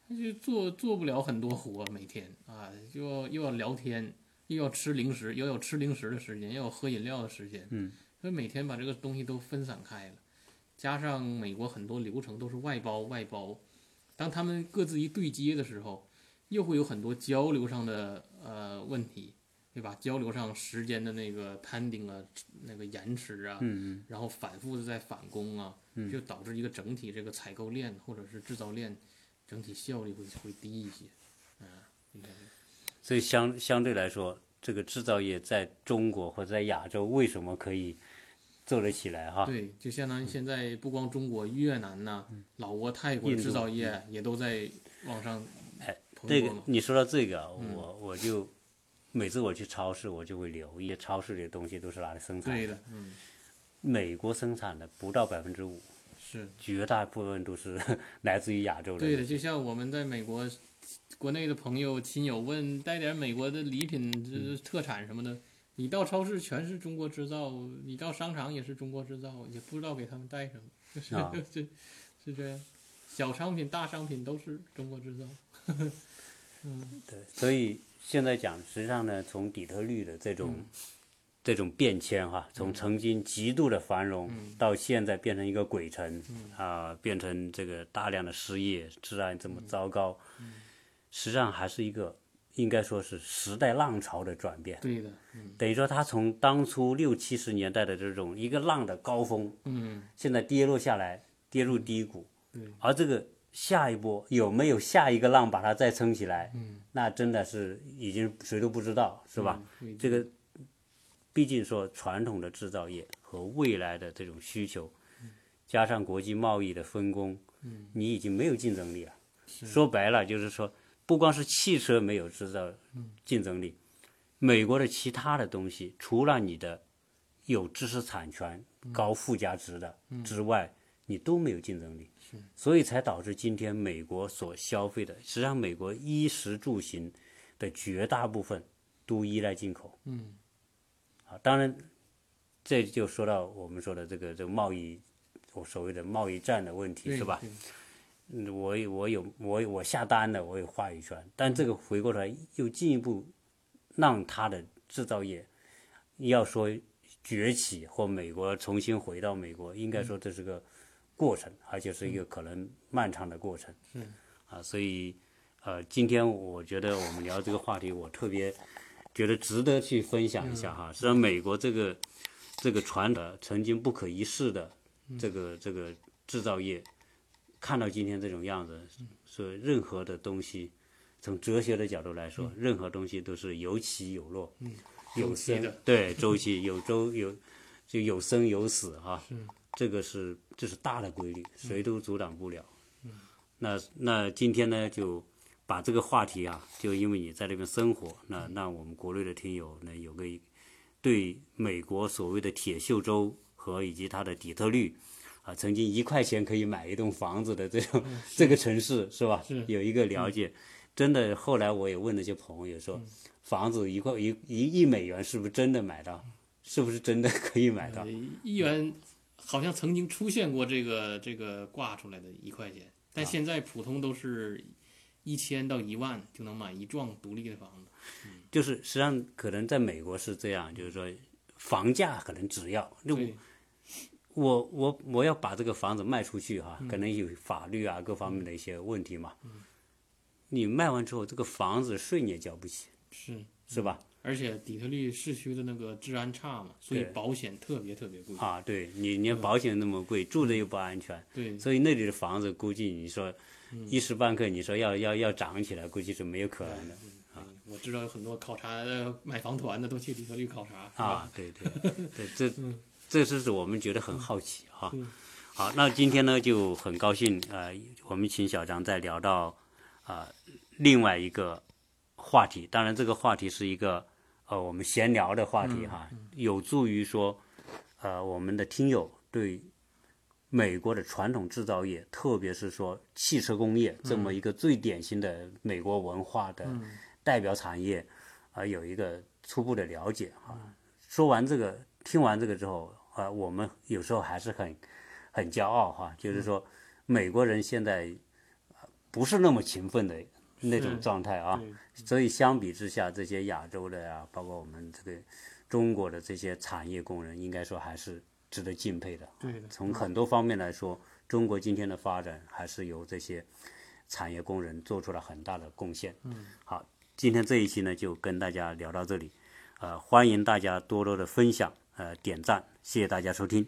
Speaker 2: 他就做做不了很多活，每天啊，又要又要聊天，又要吃零食，又要吃零食的时间，又要喝饮料的时间，
Speaker 1: 嗯，
Speaker 2: 所以每天把这个东西都分散开了。加上美国很多流程都是外包外包，当他们各自一对接的时候，又会有很多交流上的呃问题，对吧？交流上时间的那个 pending 啊，那个延迟啊，
Speaker 1: 嗯
Speaker 2: 然后反复的在返工啊，就导致一个整体这个采购链或者是制造链整体效率会会低一些，嗯、应该是
Speaker 1: 嗯，所以相相对来说，这个制造业在中国或者在亚洲为什么可以做得起来哈？
Speaker 2: 对，就相当于现在不光中国、越南呐、老挝、泰
Speaker 1: 嗯
Speaker 2: 国
Speaker 1: 印度嗯
Speaker 2: 制造业也都在往上
Speaker 1: 哎
Speaker 2: 蓬
Speaker 1: 这
Speaker 2: 勃
Speaker 1: 个
Speaker 2: 嘛，
Speaker 1: 你说到这个，
Speaker 2: 嗯
Speaker 1: 我我就每次我去超市，我就会留意超市里的东西都是拿来生产
Speaker 2: 对
Speaker 1: 的，
Speaker 2: 的，嗯，
Speaker 1: 美国生产的不到百分之五，
Speaker 2: 是。
Speaker 1: 绝大部分都是 来自于亚洲
Speaker 2: 对
Speaker 1: 的。
Speaker 2: 的，就像我们在美国，国内的朋友亲友问带点美国的礼品、
Speaker 1: 嗯
Speaker 2: 这特产什么的，你到超市全是中国制造，你到商场也是中国制造，也不知道给他们带什么，就是、
Speaker 1: 啊
Speaker 2: 是是这样，小商品、大商品都是中国制造。
Speaker 1: 对，所以现在讲，实际上呢，从底特律的这种、这种变迁哈，从曾经极度的繁荣，到现在变成一个鬼城，啊、变成这个大量的失业，治安这么糟糕，实际上还是一个应该说是时代浪潮的转变。
Speaker 2: 对的，
Speaker 1: 等于说，它从当初六七十年代的这种一个浪的高峰，
Speaker 2: 嗯，
Speaker 1: 现在跌落下来，跌入低谷。
Speaker 2: 对
Speaker 1: 而这个下一波有没有下一个浪把它再撑起来？
Speaker 2: 嗯，
Speaker 1: 那真的是已经谁都不知道，是吧？
Speaker 2: 嗯？对
Speaker 1: 这个，毕竟说传统的制造业和未来的这种需求，加上国际贸易的分工，嗯，你已经没有竞争力了。说白了就是说，不光是汽车没嗯有制造竞争力，美国的其他的东西，除了你的有知识产权、高附加值的之外，你都没有竞争力，所以才导致今天美国所消费的，实际上美国衣食住行的绝大部分都依赖进口。
Speaker 2: 嗯
Speaker 1: 啊，当然，这就说到我们说的这个这个贸易，我所谓的贸易战的问题
Speaker 2: 对
Speaker 1: 是吧？
Speaker 2: 对
Speaker 1: 嗯，我有我有我我下单了，我有话语权，但这个回过来又进一步让它的制造业要说崛起或美国重新回到美国，
Speaker 2: 嗯
Speaker 1: 应该说这是个过程，而且是一个可能漫长的过程。
Speaker 2: 嗯，
Speaker 1: 啊，所以呃，今天我觉得我们聊这个话题，我特别觉得值得去分享一下
Speaker 2: 嗯
Speaker 1: 哈。实际上，美国这个这个传的曾经不可一世的
Speaker 2: 嗯
Speaker 1: 这个这个制造业，看到今天这种样子，
Speaker 2: 嗯
Speaker 1: 所以任何的东西，从哲学的角度来说，任何东西都是有起有落，有
Speaker 2: 嗯周期
Speaker 1: 生
Speaker 2: 的
Speaker 1: 对周期有周有就有生有死哈、这个是这是大的规
Speaker 2: 嗯
Speaker 1: 律，谁都阻挡不了。那那今天呢，就把这个话题啊，就因为你在那边生活，那那我们国内的听友呢，有个对美国所谓的铁锈州和以及它的底特律。啊，曾经一块钱可以买一栋房子的这种、这个城市是吧？
Speaker 2: 嗯是嗯
Speaker 1: 有一个了解，真的。后来我也问那些朋友说，房子一块一一亿美元是不是真的买
Speaker 2: 嗯
Speaker 1: 到？是不是真的可以买到？
Speaker 2: 呃一元好像曾经出现过这个这个挂出来的一块钱，但
Speaker 1: 啊
Speaker 2: 现在普通都是一千到一万就能买一幢独立的房子。
Speaker 1: 就是实际上可能在美国是这样，就是说房价可能只要那
Speaker 2: 对，
Speaker 1: 我我我要把这个房子卖出去哈、可能有法律啊各方面的一些问题嘛。你卖完之后，这个房子税你也交不起，
Speaker 2: 是，
Speaker 1: 是吧？
Speaker 2: 而且底特律市区的那个治安差嘛，所以
Speaker 1: 对
Speaker 2: 保险特别特别贵。
Speaker 1: 啊，对你连保险那么贵，住着又不安全，
Speaker 2: 对，
Speaker 1: 所以那里的房子估计你说一时半刻你说要要要涨起来，估计是没有可能的。
Speaker 2: 嗯我知道有很多考察呃买房团的都去底特律考察，是吧
Speaker 1: 啊，对对对，这这是我们觉得很好奇哈、好，那今天呢就很高兴呃，我们请小张再聊到啊、呃另外一个话题，当然这个话题是一个呃我们闲聊的话题哈，有助于说呃我们的听友对。美国的传统制造业，特别是说汽车工业这么一个最典型的美国文化的
Speaker 2: 嗯
Speaker 1: 代表产业，啊、有一个初步的了解啊。说完这个，听完这个之后啊、我们有时候还是很很骄傲哈、就是说美国人现在呃不是那么勤奋的那种
Speaker 2: 是
Speaker 1: 状态啊，
Speaker 2: 对
Speaker 1: 所以相比之下，这些亚洲的呀、包括我们这个中国的这些产业工人，应该说还是值得敬佩的。
Speaker 2: 对的，
Speaker 1: 从很多方面来说，中国今天的发展还是由这些产业工人做出了很大的贡献。嗯，好，今天这一期呢就跟大家聊到这里，呃，欢迎大家多多的分享，呃，点赞，谢谢大家收听，